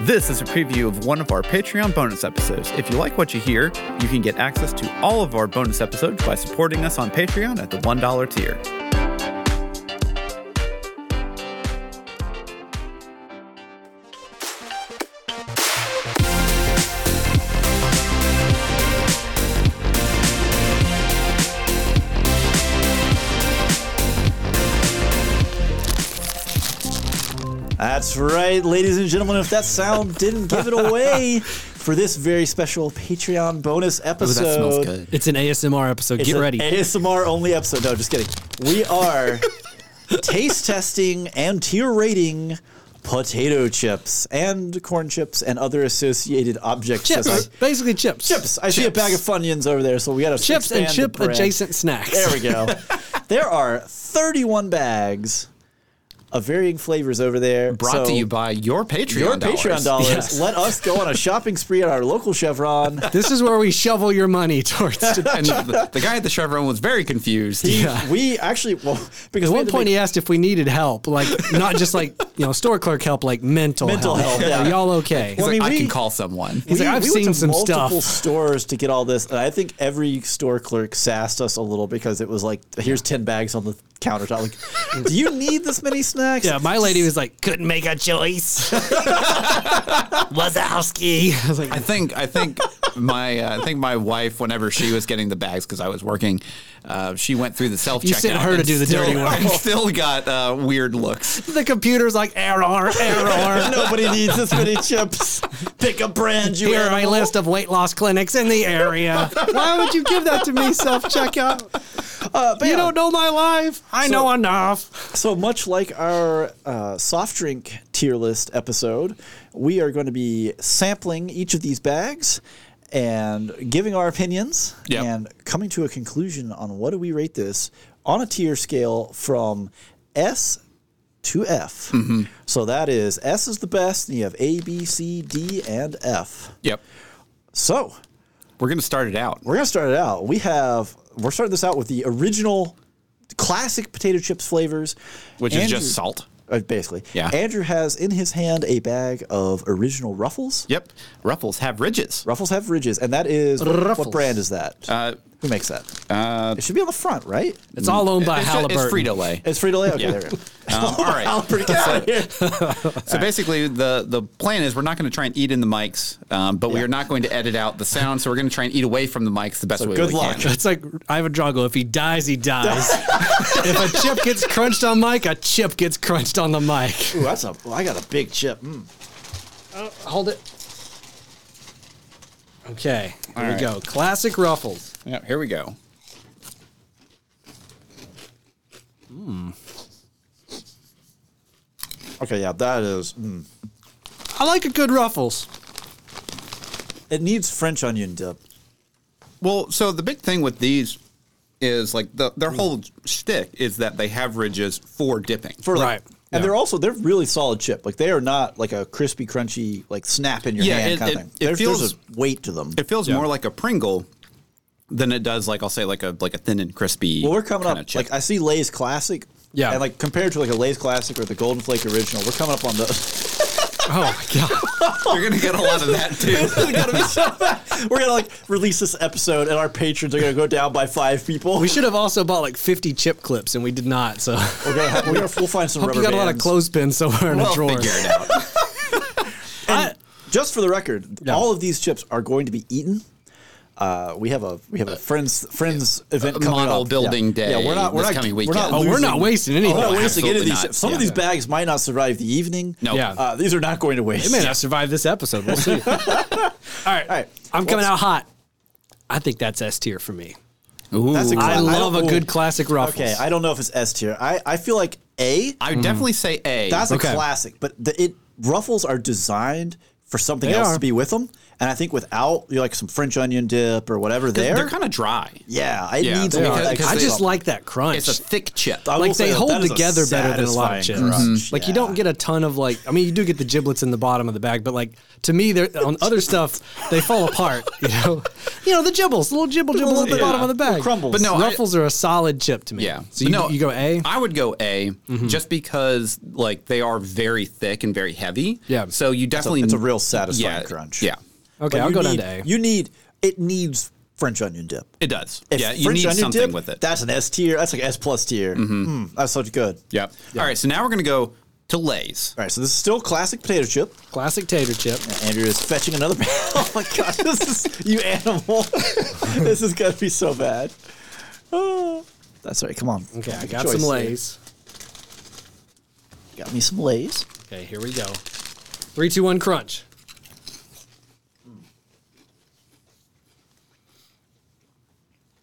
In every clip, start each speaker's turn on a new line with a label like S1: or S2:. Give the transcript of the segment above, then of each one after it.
S1: This is a preview of one of our Patreon bonus episodes. If you like what you hear, you can get access to all of our bonus episodes by supporting us on Patreon at the $1 tier.
S2: That's right, ladies and gentlemen. If that sound didn't give it away for this very special Patreon bonus episode,
S3: It's an ASMR episode.
S2: It's
S3: Get
S2: an
S3: ready.
S2: ASMR only episode. No, just kidding. We are taste testing and tier rating potato chips and corn chips and other associated objects.
S3: chips.
S2: As I-
S3: Basically chips.
S2: chips. I see a bag of Funyuns over there, so we got to
S3: Chips and chip adjacent snacks.
S2: There we go. there are 31 bags of varying flavors over there.
S4: Brought
S2: So-
S4: to you by your Patreon.
S2: your
S4: dollars.
S2: Patreon dollars.
S3: Yes.
S2: Let us go on a shopping spree at our local Chevron.
S3: This is where we shovel your money towards. At
S4: And the, the guy at the Chevron was very confused.
S2: He- We actually, well, because we
S3: one
S2: had to
S3: point,
S2: make-
S3: he asked if we needed help, like not just like you know store clerk help, like mental
S2: Mental
S3: help.
S2: health, yeah.
S3: Are y'all okay?
S4: He's
S2: Well, I
S4: like,
S2: mean,
S4: I
S2: we-
S4: can call someone.
S3: He's like, I've
S2: went
S3: seen
S2: to
S3: some
S2: multiple
S3: stuff.
S2: stores to get all this, and I think every store clerk sassed us a little because it was like, "Here's ten bags on the countertop. Like, do you need this many snacks?
S3: Yeah, my lady was like, couldn't make a choice. Wazowski. I was like,
S4: I think I think my uh, I think my wife, whenever she was getting the bags because I was working, uh, she went through the self checkout.
S3: sent her to do the dirty work.
S4: Still got uh, weird looks.
S3: the computer's like error, error.
S2: Nobody needs this many chips. Pick a brand you
S3: Here are my
S2: animal.
S3: list of weight loss clinics in the area. Why would you give that to me self checkout?
S2: Uh, but
S3: You
S2: yeah,
S3: don't know my life. I
S2: So-
S3: know enough.
S2: So much like our uh, soft drink tier list episode, we are going to be sampling each of these bags and giving our opinions
S4: Yep.
S2: and coming to a conclusion on what do we rate this on a tier scale from S to F.
S4: Mm-hmm.
S2: So that is S is the best, and you have A, B, C, D, and F.
S4: Yep.
S2: So
S4: We're gonna start it out.
S2: we're gonna start it out. We have we're starting this out with the original classic potato chips flavors,
S4: Which is
S2: Andrew-
S4: just salt.
S2: uh, basically.
S4: Yeah.
S2: Andrew has in his hand a bag of original Ruffles.
S4: Yep. Ruffles have ridges.
S2: Ruffles have ridges, and that is what,
S3: Ruffles.
S2: what brand is that? Uh, Who makes that? Uh, it should be on the front, right?
S3: It's all owned by
S4: It's, ju-
S3: Halliburton.
S4: it's Frito Lay.
S2: It's Frito Lay. Okay,
S4: Yeah.
S2: there we go.
S4: Um, all right.
S2: Albert, get out of here.
S4: So basically, the the plan is we're not going to try and eat in the mics, um, but we
S2: Yeah.
S4: are not going to edit out the sound. So we're going to try and eat away from the mics the best way.
S2: good
S4: we
S2: luck.
S4: Can.
S3: It's like I have a Drago. If he dies, he dies. if a chip gets crunched on mic, a chip gets crunched on the mic.
S2: Ooh, that's a. well, I got a big chip. Mm.
S4: Oh,
S3: Hold it. Okay, here we
S4: All right.
S3: go. Classic ruffles.
S4: Yeah, here we go.
S2: Okay, yeah, that is. Mm.
S3: I like a good ruffles.
S2: It needs French onion dip.
S4: Well, so the big thing with these is like the, their
S2: Mm.
S4: whole shtick is that they have ridges for dipping.
S2: For like,
S3: Right.
S2: And
S3: Yeah.
S2: they're also they're really solid chip. Like they are not like a crispy, crunchy, like snap in your
S4: Yeah,
S2: hand
S4: it-
S2: kind of
S4: it-
S2: thing.
S4: it
S2: There's-
S4: feels-
S2: there's a weight to them.
S4: it feels more like a Pringle than it does like I'll say like a like a thin and crispy.
S2: Well, we're coming
S4: kinda
S2: up.
S4: chip.
S2: Like I see Lay's Classic.
S3: Yeah.
S2: And like compared to like a Lay's Classic or the Golden Flake Original, we're coming up on the.
S3: Oh my god.
S4: you're gonna get a lot of that too.
S2: It's gonna be so bad. We're gonna like release this episode, and our patrons are gonna go down by five people.
S3: We should have also bought like 50 chip clips and we did not. So
S2: We're gonna, have, we're gonna we'll find some
S3: hope
S2: rubber
S3: you got a lot of
S2: bands.
S3: clothespins somewhere in
S4: We'll
S3: a drawer.
S4: figure it out.
S3: I-
S2: Just for the record,
S3: Yeah.
S2: all of these chips are going to be eaten. Uh, we have a we have a friends friends event coming
S4: model
S2: up.
S4: building
S2: yeah.
S4: day
S2: Yeah, we're not we're
S4: this
S2: not
S4: coming
S2: we're not
S4: weekend.
S3: oh, we're not
S2: losing-
S3: wasting anything.
S2: We're not wasting any of
S4: absolutely
S2: these
S4: not.
S2: chips. Some of
S4: Yeah.
S2: these bags might not survive the evening.
S4: No.
S3: Yeah.
S2: Uh, these are not going to waste.
S3: It may not survive this episode. We'll see. All right.
S2: All right.
S3: I'm coming
S2: Let's-
S3: out hot. I think that's S tier for me.
S4: Ooh.
S2: That's a
S3: I
S2: I
S3: love
S2: don't-
S3: a good
S2: ooh.
S3: classic ruffles.
S2: Okay, I don't know if it's S tier. I, I feel like A.
S4: I would definitely say A.
S2: Mm. That's
S3: Okay.
S2: a classic, but the, it ruffles are designed for something
S3: They
S2: else
S3: are.
S2: to be with them, And I think without you know, like some French onion dip or whatever there,
S4: They're kind of dry.
S2: yeah, it
S4: Yeah,
S2: needs a
S4: they
S2: lot
S4: are,
S2: of
S4: because
S2: extra
S3: I
S4: they-
S3: just
S2: stuff.
S3: like that crunch.
S4: It's a thick chip.
S2: I will
S3: like
S2: say
S3: they
S2: that that
S3: hold
S2: is a
S3: together better than a lot of chips.
S2: satisfying crunch,
S3: Like you don't get a ton of like I mean you do get the giblets in the bottom of the bag, but like to me they're on other stuff they fall apart. You know, you know the gibbles, the little gibble gibbles at the
S2: yeah.
S3: bottom of the bag.
S2: crumbles.
S3: But
S2: But
S3: no,
S2: no,
S4: I-
S3: ruffles are a solid chip to me.
S4: Yeah. But
S3: So you,
S4: no,
S3: you go A.
S4: I would go A
S2: Mm-hmm.
S4: just because like they are very thick and very heavy.
S3: Yeah.
S4: So you definitely
S2: it's a real satisfying
S4: yeah,
S2: crunch.
S4: Yeah.
S3: Okay,
S2: But
S3: I'll
S2: you
S3: go
S2: need,
S3: down to A.
S2: You need it needs French onion dip.
S4: It does.
S2: If
S4: yeah, you
S2: French
S4: need
S2: onion
S4: something
S2: dip,
S4: with it. Mm-hmm.
S2: That's an S tier. That's like S plus tier. Mm, that's so good.
S4: yep. All right, so now we're going to go to Lay's.
S2: All right, so this is still classic potato chip.
S3: Classic tater chip.
S2: Andrew is fetching another. oh my god, this is you animal. this is gonna be so bad. Oh, that's all right. Come on.
S3: Okay, I
S2: Make a
S3: got
S2: choice
S3: some
S2: here.
S3: lays.
S2: Got me some lays.
S3: Okay, here we go. Three, two, one, crunch.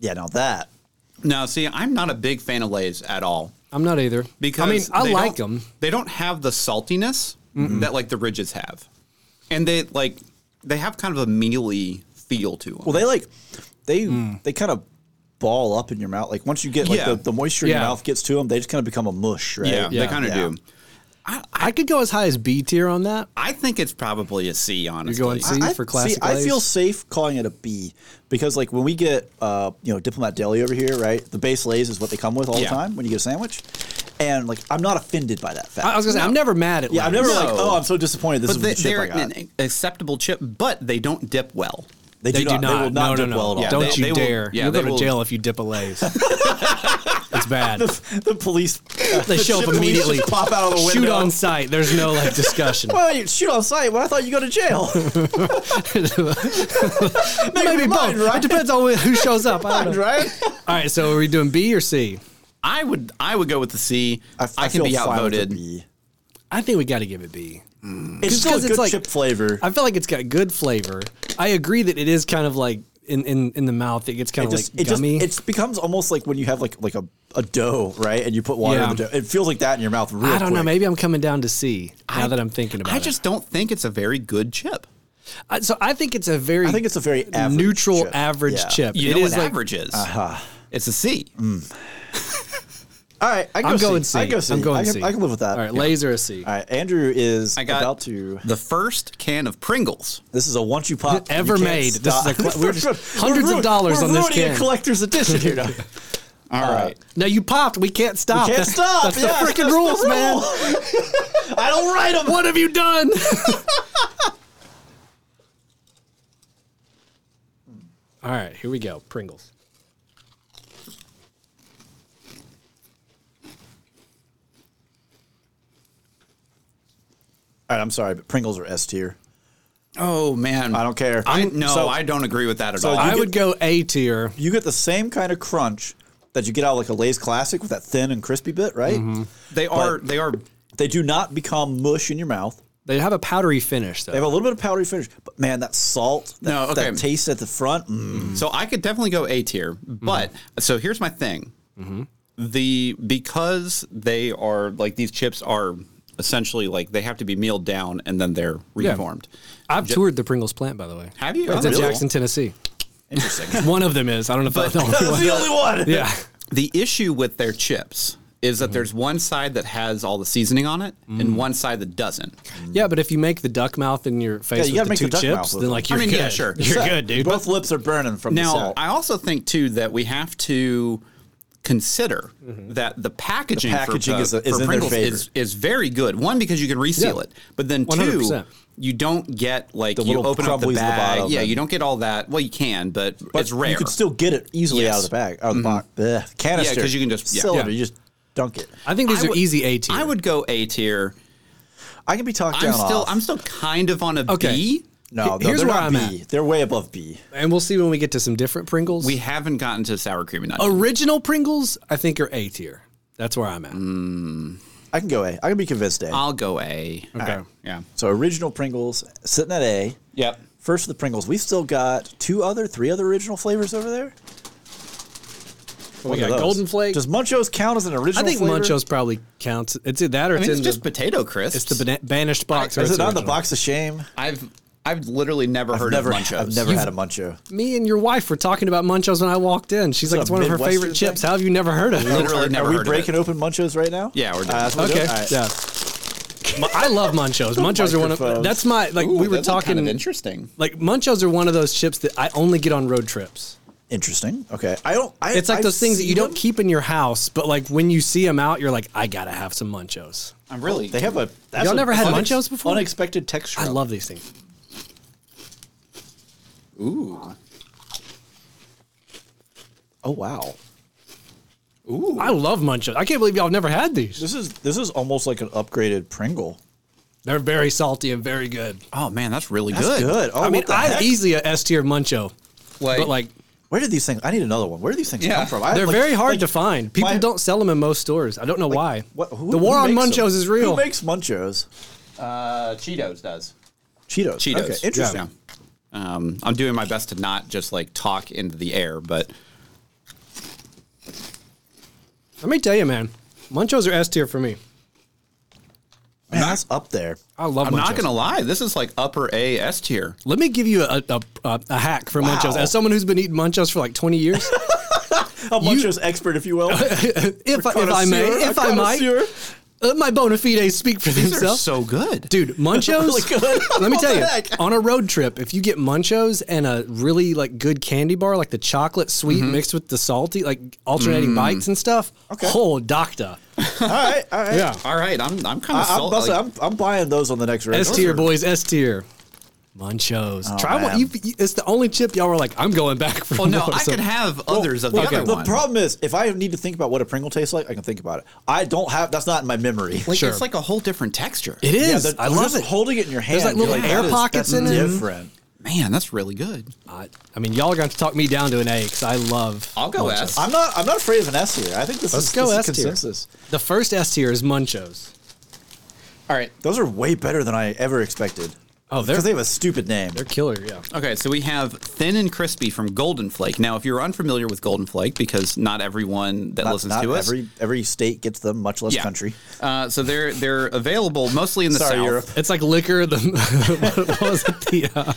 S2: Yeah, now that.
S4: Now, see, I'm not a big fan of Lay's at all
S3: I'm not either.
S4: because
S3: I mean I
S4: they
S3: like
S4: don't-
S3: them.
S4: They don't have the saltiness that like the ridges have, and they like they have kind of a mealy feel to them.
S2: Well, they like they they kind of ball up in your mouth. Like once you get like
S4: Yeah.
S2: the, the moisture in
S3: Hmm. Yeah.
S2: your mouth gets to them, they just kind of become a mush, right?
S4: yeah,
S3: Yeah.
S4: they kind of
S2: Yeah.
S4: do. I,
S3: I could go as high as B tier on that.
S4: I think it's probably a C. Honestly,
S3: going C?
S2: I,
S3: for
S2: I-
S3: classic
S2: See, I
S3: Lay's.
S2: feel safe calling it a B because like when we get uh, you know diplomat deli over here, right? The base lays is what they come with all
S4: Yeah.
S2: the time when you get a sandwich, and like I'm not offended by that fact.
S3: I I was gonna say I'm never mad at.
S2: yeah, I'm never
S3: Lay's.
S2: like
S4: No.
S2: oh I'm so disappointed.
S4: but
S2: This is
S4: they,
S2: the chip
S4: they're
S2: I got.
S4: an acceptable chip, but they don't dip well.
S2: They, do, not, They will not
S3: no,
S2: dip
S3: no, no.
S2: well at all.
S4: Yeah,
S3: Don't
S4: they-
S3: you
S4: they will-
S3: dare.
S4: yeah,
S3: You'll go
S4: they
S3: to
S4: will-
S3: jail if you dip a Lay's. it's bad.
S2: the police
S3: They show up immediately.
S2: pop out of the window.
S3: Shoot on sight. There's no like discussion.
S2: Well, you shoot on sight. Well, I thought you go to jail.
S3: Maybe
S2: Never
S3: both.
S2: mind, right?
S3: It depends on who shows up. I don't know.
S2: right?
S3: All right, so are we doing B or C?
S4: I would I would go with the C. I can
S2: feel
S4: be
S2: fine with a
S4: outvoted.
S2: B.
S3: I think we got to give it B.
S2: It's still a
S3: 'cause
S2: good
S3: it's like-
S2: chip flavor.
S3: I feel like it's got good flavor. I agree that it is kind of like in, in, in the mouth. It gets kind
S2: It
S3: of
S2: just,
S3: like
S2: it just,
S3: gummy.
S2: it becomes almost like when you have like like a, a dough, right? And you put water in the
S3: Yeah.
S2: dough. It feels like that in your mouth. Real
S3: I don't know.
S2: quick.
S3: Maybe I'm coming down to C now that I'm thinking about
S4: I
S3: it.
S4: just don't think it's a very good chip.
S3: I- so I think it's a very
S2: I think it's a very average
S3: neutral
S2: chip.
S3: average
S2: Yeah.
S3: chip.
S4: You
S3: It
S4: know
S3: is
S4: what
S3: like-
S4: average is.
S2: Uh-huh.
S4: It's a C.
S2: Mm, All right, I go
S3: I'm going
S2: C.
S3: C.
S2: I go C.
S3: I'm going
S2: I can,
S3: C.
S2: I can live with that.
S3: All right,
S2: Yeah.
S3: lays are a C.
S2: All right, Andrew is
S4: I got
S2: about to.
S4: the first can of Pringles.
S2: This is a once you pop you
S3: Ever
S2: can't
S3: made. This is a
S2: stop.
S3: cl- we're just-
S2: We're
S3: hundreds of
S2: ruin-
S3: dollars
S2: we're
S3: on this
S2: ruining a
S3: can.
S2: collector's edition here. Now.
S4: All right.
S3: No, you popped. We can't stop.
S2: Can't
S3: that's,
S2: stop.
S3: That's
S2: Yeah,
S3: the
S2: that's
S3: freaking rules,
S2: rule.
S3: man.
S2: I don't write them.
S3: What have you done? All right, here we go. Pringles.
S2: All right, I'm sorry, but Pringles are S tier.
S4: Oh man,
S2: I don't care.
S4: I no,
S2: So-
S4: I don't agree with that at
S2: so
S4: all.
S2: you
S3: I
S2: get-
S3: would go A tier.
S2: You get the same kind of crunch that you get out of like a Lay's classic with that thin and crispy bit, right?
S4: they are they are
S2: They do not become mush in your mouth.
S3: They have a powdery finish
S2: They
S3: though.
S2: have a little bit of powdery finish, but man, that salt, that,
S4: No, okay.
S2: that taste at the front, mm,
S4: So I could definitely go A tier, but so here's my thing: the because they are like these chips are essentially like they have to be mealed down and then they're reformed.
S3: I've toured the Pringles plant by the way.
S4: Have you? Oh,
S3: It's in
S4: Really?
S3: Jackson, Tennessee.
S2: interesting.
S3: One of them is. I don't know if that's the only
S2: That's
S3: one.
S2: the only one.
S3: Yeah.
S4: The issue with their chips is that there's one side that has all the seasoning on it and one side that doesn't.
S3: Yeah, but if you make the duck mouth in your
S2: Yeah,
S3: face
S2: you
S3: with
S2: gotta
S3: the
S2: make the
S3: two
S2: duck mouth
S3: chips,
S2: with
S3: then
S2: it.
S3: like
S4: I
S3: you're
S4: mean,
S3: good.
S4: yeah, sure.
S3: You're good, dude.
S2: Both lips are burning from the
S4: Now,
S2: salt.
S4: I also think too that we have to consider that the packaging,
S2: packaging
S4: for, uh,
S2: is-
S4: for
S2: is in their
S4: Pringles
S2: favor.
S4: is, is very good. One because you can reseal
S3: Yeah.
S4: it, but then 2
S3: 100%.
S4: you don't get like you
S2: little
S4: open up the
S2: crumblies at the
S4: bag.
S2: bottom
S4: yeah,
S2: and-
S4: you don't get all that. Well, you can, but,
S2: But
S4: it's rare.
S2: You could still get it easily
S4: Yes.
S2: out of the bag, out of the box. Ugh, canister.
S4: 'cause you can just- yeah.
S2: cylinder.
S3: Yeah.
S2: You just dunk it.
S3: I think these
S4: I
S3: are
S4: would-
S3: easy A tier.
S4: I would go A tier.
S2: I can be talked
S4: I'm
S2: down.
S4: still
S2: off.
S4: I'm still kind of on a B.
S3: Okay.
S2: no, no,
S3: Here's
S2: they're
S3: where
S2: not
S3: I'm at.
S2: B. They're way above B.
S3: and we'll see when we get to some different Pringles.
S4: We haven't gotten to sour cream and
S3: Oh.
S4: onion.
S3: original Pringles, I think are A tier. That's where I'm at.
S2: Mm, I can go A. I can be convinced A.
S4: I'll go A.
S3: Okay.
S4: Yeah.
S2: so original Pringles sitting at A.
S4: Yep.
S2: First of the Pringles. We've still got two other, three other original flavors over there.
S3: We
S2: Look at
S3: got
S2: those.
S3: Golden Flake.
S2: Does Munchos count as an original?
S3: I think
S2: flavor?
S3: Munchos probably counts. It's in that or
S4: I mean,
S3: it's
S4: it's
S3: in
S4: just
S3: the,
S4: potato crisps.
S3: it's the bana- banished box. or
S2: Is
S3: it's
S2: it on the
S3: original.
S2: box of shame?
S4: I've I've literally never
S2: I've
S4: heard
S2: never,
S4: of Munchos.
S2: I've never had a muncho.
S3: Me and your wife were talking about Munchos when I walked in. She's like,
S2: that
S3: it's one of her
S2: Midwestern
S3: favorite
S2: thing?
S3: chips. How have you never heard of it?
S4: literally
S2: Are,
S4: never
S2: are we
S4: heard
S2: breaking
S4: of
S2: open munchos right now?
S4: Yeah, we're doing
S2: Uh, that's what
S3: Okay.
S2: doing? All right.
S3: Yeah. Mu- I love Munchos. Munchos are one of
S2: Microphones.
S3: that's my like
S4: it.
S3: we
S4: Ooh,
S3: were
S4: those look
S3: talking
S4: kind of interesting.
S3: like Munchos are one of those chips that I only get on road trips.
S2: Interesting. Okay. I don't. I,
S3: It's like
S2: I've
S3: those things that you
S2: seen
S3: don't
S2: them.
S3: keep in your house, but like when you see them out, you're like, I gotta have some Munchos.
S4: I'm really.
S2: They have a. That's
S3: Y'all
S2: a
S3: never had
S2: unex-
S3: Munchos before?
S2: Unexpected texture.
S3: I
S2: on
S3: love these things.
S4: Ooh.
S2: it. Oh wow.
S3: I love Munchos. I can't believe y'all have never had these.
S2: This is this is almost like an upgraded Pringle.
S3: They're very salty and very good.
S4: Oh man, that's really
S2: That's
S4: good.
S2: good. Oh,
S3: I mean,
S2: what the
S3: I'm
S2: heck?
S3: easily a S tier Muncho,
S4: Like,
S3: but like
S2: Where did these things? I need another one. Where do these things
S4: Yeah.
S2: come from? I,
S3: they're
S2: like-
S3: very hard
S2: like,
S3: to find. People
S2: my-
S3: don't sell them in most stores. I don't know why.
S2: What, who,
S3: the war
S2: who
S3: on
S2: makes
S3: Munchos
S2: them?
S3: is
S2: Who
S3: real.
S2: makes Munchos?
S4: uh, Cheetos does.
S2: Cheetos.
S4: Cheetos.
S2: Okay, interesting.
S4: Yeah. Um, I'm doing my best to not just like talk into the air, but
S3: Let me tell you, man, Munchos are S tier for me.
S2: Man, that's up there.
S3: I love.
S4: I'm
S3: Munchos.
S4: not gonna lie. This is like upper A S tier.
S3: Let me give you a, a, a, a hack for Munchos.
S2: Wow.
S3: As someone who's been eating Munchos for like 20 years,
S2: A Munchos expert, if you will.
S3: if, I- if I may,
S2: Connoisseur,
S3: if I might,
S2: connoisseur.
S3: let my bona fides speak for
S4: These are
S3: themselves.
S4: so good,
S3: Dude, Munchos.
S2: Really good.
S3: Let me tell you,
S2: What the heck?
S3: on a road trip, if you get Munchos and a really like good candy bar, like the chocolate sweet
S4: Mm-hmm.
S3: mixed with the salty, like
S4: Mm.
S3: alternating bites and stuff, whole doctor.
S2: all right, all right.
S4: All right, I'm I'm kind
S2: I,
S4: of
S2: I'm,
S4: salt,
S2: about to-
S4: like,
S2: I'm, I'm buying those on the next round.
S3: S tier boys, S tier. Munchos.
S4: Oh,
S3: Try one.
S2: man.
S3: You, you- it's the only chip y'all were like, I'm going back for.
S4: Well, oh, no,
S3: more,
S4: I
S3: so-
S4: could have others of the
S2: Well,
S4: other
S2: the
S4: one.
S2: problem is, if I need to think about what a Pringle tastes like, I can think about it. I don't have. That's not in my memory.
S4: like,
S3: Sure.
S4: It's like a whole different texture.
S3: It is.
S2: the-
S3: I
S2: you're
S3: love
S2: just
S3: it.
S2: Holding it in your hand,
S3: like,
S2: you're
S3: little air
S2: that is-
S3: pockets
S2: that's
S3: in it.
S2: Different.
S4: Man, that's really good.
S3: I, I mean, y'all are going to talk me down to an A because I love.
S4: I'll go
S3: Munchos.
S4: S.
S2: I'm not. I'm not afraid of an S tier. I think this
S3: Let's
S2: is,
S3: go
S2: this
S3: S
S2: is
S3: tier.
S2: consensus.
S3: The first S tier is Munchos.
S4: All right.
S2: Those are way better than I ever expected.
S3: Oh, they're-
S2: because they have a stupid name.
S3: They're killer, yeah.
S4: Okay, so we have Thin and Crispy from Golden Flake. Now, if you're unfamiliar with Golden Flake, because not everyone that
S2: Not,
S4: listens
S2: not
S4: to us,
S2: every every state gets them, much less country.
S4: Uh, so they're they're available mostly in the
S2: Sorry,
S4: south.
S2: Europe.
S3: It's like liquor. The what was it? The uh,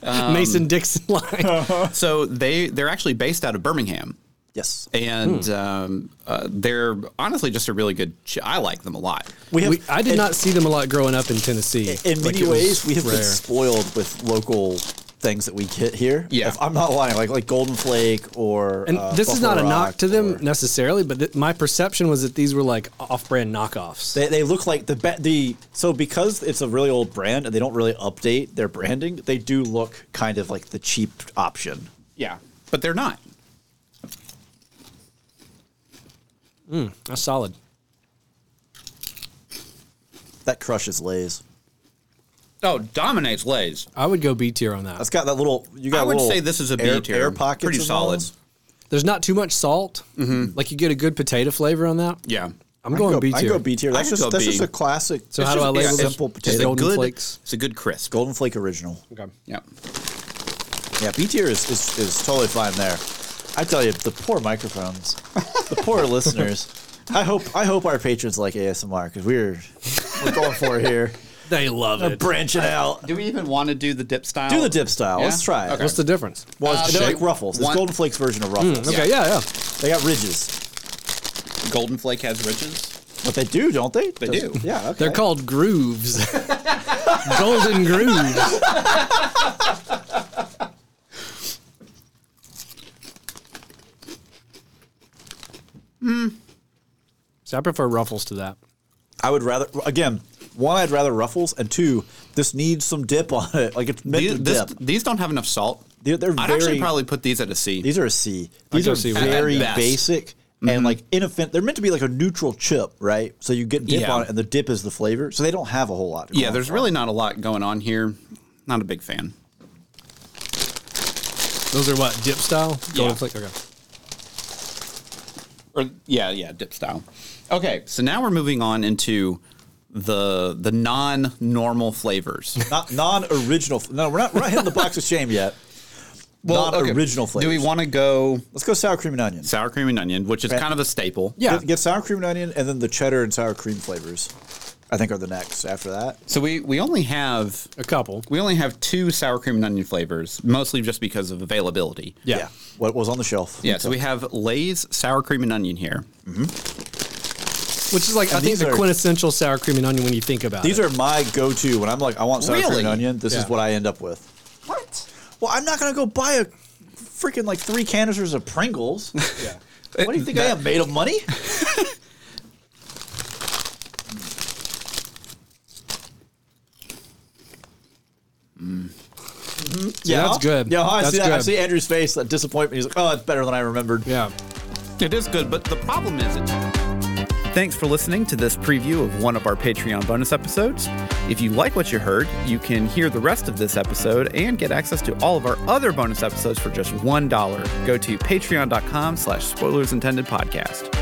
S2: Um,
S3: Mason Dixon
S2: uh,
S3: line.
S4: So they they're actually based out of Birmingham,
S2: Yes,
S4: and
S2: Hmm.
S4: um, uh, they're honestly just a really good. Ch- I like them a lot.
S2: we have.
S3: We, I did
S2: in-
S3: not see them a lot growing up in Tennessee.
S2: In
S3: Like,
S2: many
S3: it was
S2: ways, we have
S3: rare.
S2: been spoiled with local things that we get here.
S4: Yeah.
S2: if I'm not lying, like like Golden Flake or
S3: And
S2: uh,
S3: this is
S2: Buffalo
S3: not a knock
S2: Rock
S3: to them
S2: or-
S3: necessarily, but th- my perception was that these were like off-brand knockoffs.
S2: They, they look like the be- the so because it's a really old brand and they don't really update their branding. They do look kind of like the cheap option.
S4: Yeah, but they're not.
S3: That's solid.
S2: That crushes Lay's.
S4: Oh, dominates Lay's.
S3: I would go B tier on that.
S2: That's got that little. You got.
S4: I would
S2: little
S4: say this is a B
S2: air,
S4: tier.
S2: Air pockets.
S4: Pretty
S2: in
S4: solid.
S2: those.
S3: There's not too much salt. Like you get a good potato flavor on that.
S4: Yeah.
S3: I'm
S2: I
S3: going
S2: Mm-hmm. go-
S3: B
S2: I
S3: tier.
S2: go B tier.
S4: I
S2: That's
S4: could go
S2: just that's
S4: B.
S2: just a classic.
S3: So
S2: it's
S3: how do
S2: just
S3: I label
S2: a
S3: this?
S2: Simple
S4: it's
S2: potato.
S4: a
S3: Golden
S4: good,
S3: Flakes.
S4: It's a good crisp.
S2: Golden Flake original.
S3: Okay.
S4: Yeah.
S2: Yeah, B tier is, is is totally fine there. I tell you, the poor microphones, the poor listeners. I hope I hope our patrons like ASMR because we're we're going for it here.
S3: They love
S2: Uh,
S3: it.
S2: Branching out.
S4: Do we even want to do the dip style?
S2: Do the dip style. Let's try it.
S3: What's the difference?
S2: Well,
S4: Uh,
S2: it's they're
S4: shape-
S2: like ruffles. It's
S4: one- Mm.
S2: Golden Flakes version of ruffles.
S3: Okay, yeah, yeah.
S2: They got ridges,
S4: Golden Flake has riches.
S2: but they do, don't they?
S4: They
S2: Does-
S4: do.
S2: Yeah. Okay.
S3: They're called grooves. Golden grooves.
S2: Hmm.
S3: So I prefer ruffles to that.
S2: I would rather again. One, I'd rather ruffles, and two, this needs some dip on it. Like it's meant
S4: These,
S2: to
S4: this,
S2: dip.
S4: these don't have enough salt.
S2: They're- they're
S4: I'd
S2: very-
S4: actually probably put these at a C.
S2: These are a C. These
S3: go
S2: are
S3: C with that.
S2: very
S4: At best.
S2: basic
S4: Mm-hmm.
S2: and like inoffensive. They're meant to be like a neutral chip, right? So you get dip
S4: Yeah.
S2: on it, and the dip is the flavor. So they don't have a whole lot.
S4: yeah,
S2: going
S4: there's
S2: for
S4: really
S2: it.
S4: not a lot going on here. Not a big fan.
S3: Those are what dip style.
S4: Yeah.
S3: Golden flake. Okay.
S4: Or yeah, yeah, dip style. Okay, so now we're moving on into the the non-normal flavors.
S2: not non-original. f- No, we're not, we're not hitting the box of shame yet. non-original
S4: okay, Do we
S2: flavors.
S4: want to go
S2: Let's go sour cream and onion.
S4: sour cream and onion, which is
S2: Right.
S4: kind of a staple?
S3: Yeah.
S2: Get, get sour cream and onion, and then the cheddar and sour cream flavors. I think are the next after that.
S4: So we we only have
S3: A couple.
S4: we only have two sour cream and onion flavors, mostly just because of availability.
S3: Yeah.
S2: What was on the shelf?
S4: Yeah, so we have Lay's sour cream and onion here.
S3: Which is like I think
S2: these
S3: the
S2: are-
S3: quintessential sour cream and onion when you think about
S2: These
S3: it.
S2: are my go-to when I'm like, I want sour cream
S4: Really?
S2: and onion. This
S3: Yeah.
S2: is what I end up with. What? Well, I'm not gonna go buy a freaking like three canisters of Pringles. Yeah. what do you think I am made of money? Mm. Mm-hmm. Yeah,
S3: that's good.
S2: Yeah, I
S3: That's
S2: see that. I
S3: good.
S2: see Andrew's face, that disappointment. He's like, "Oh, it's better than I remembered."
S3: Yeah.
S4: It is good, but the problem is it.
S1: Thanks for listening to this preview of one of our Patreon bonus episodes. If you like what you heard, you can hear the rest of this episode and get access to all of our other bonus episodes for just $1. Go to patreon.com slash spoilers intended podcast.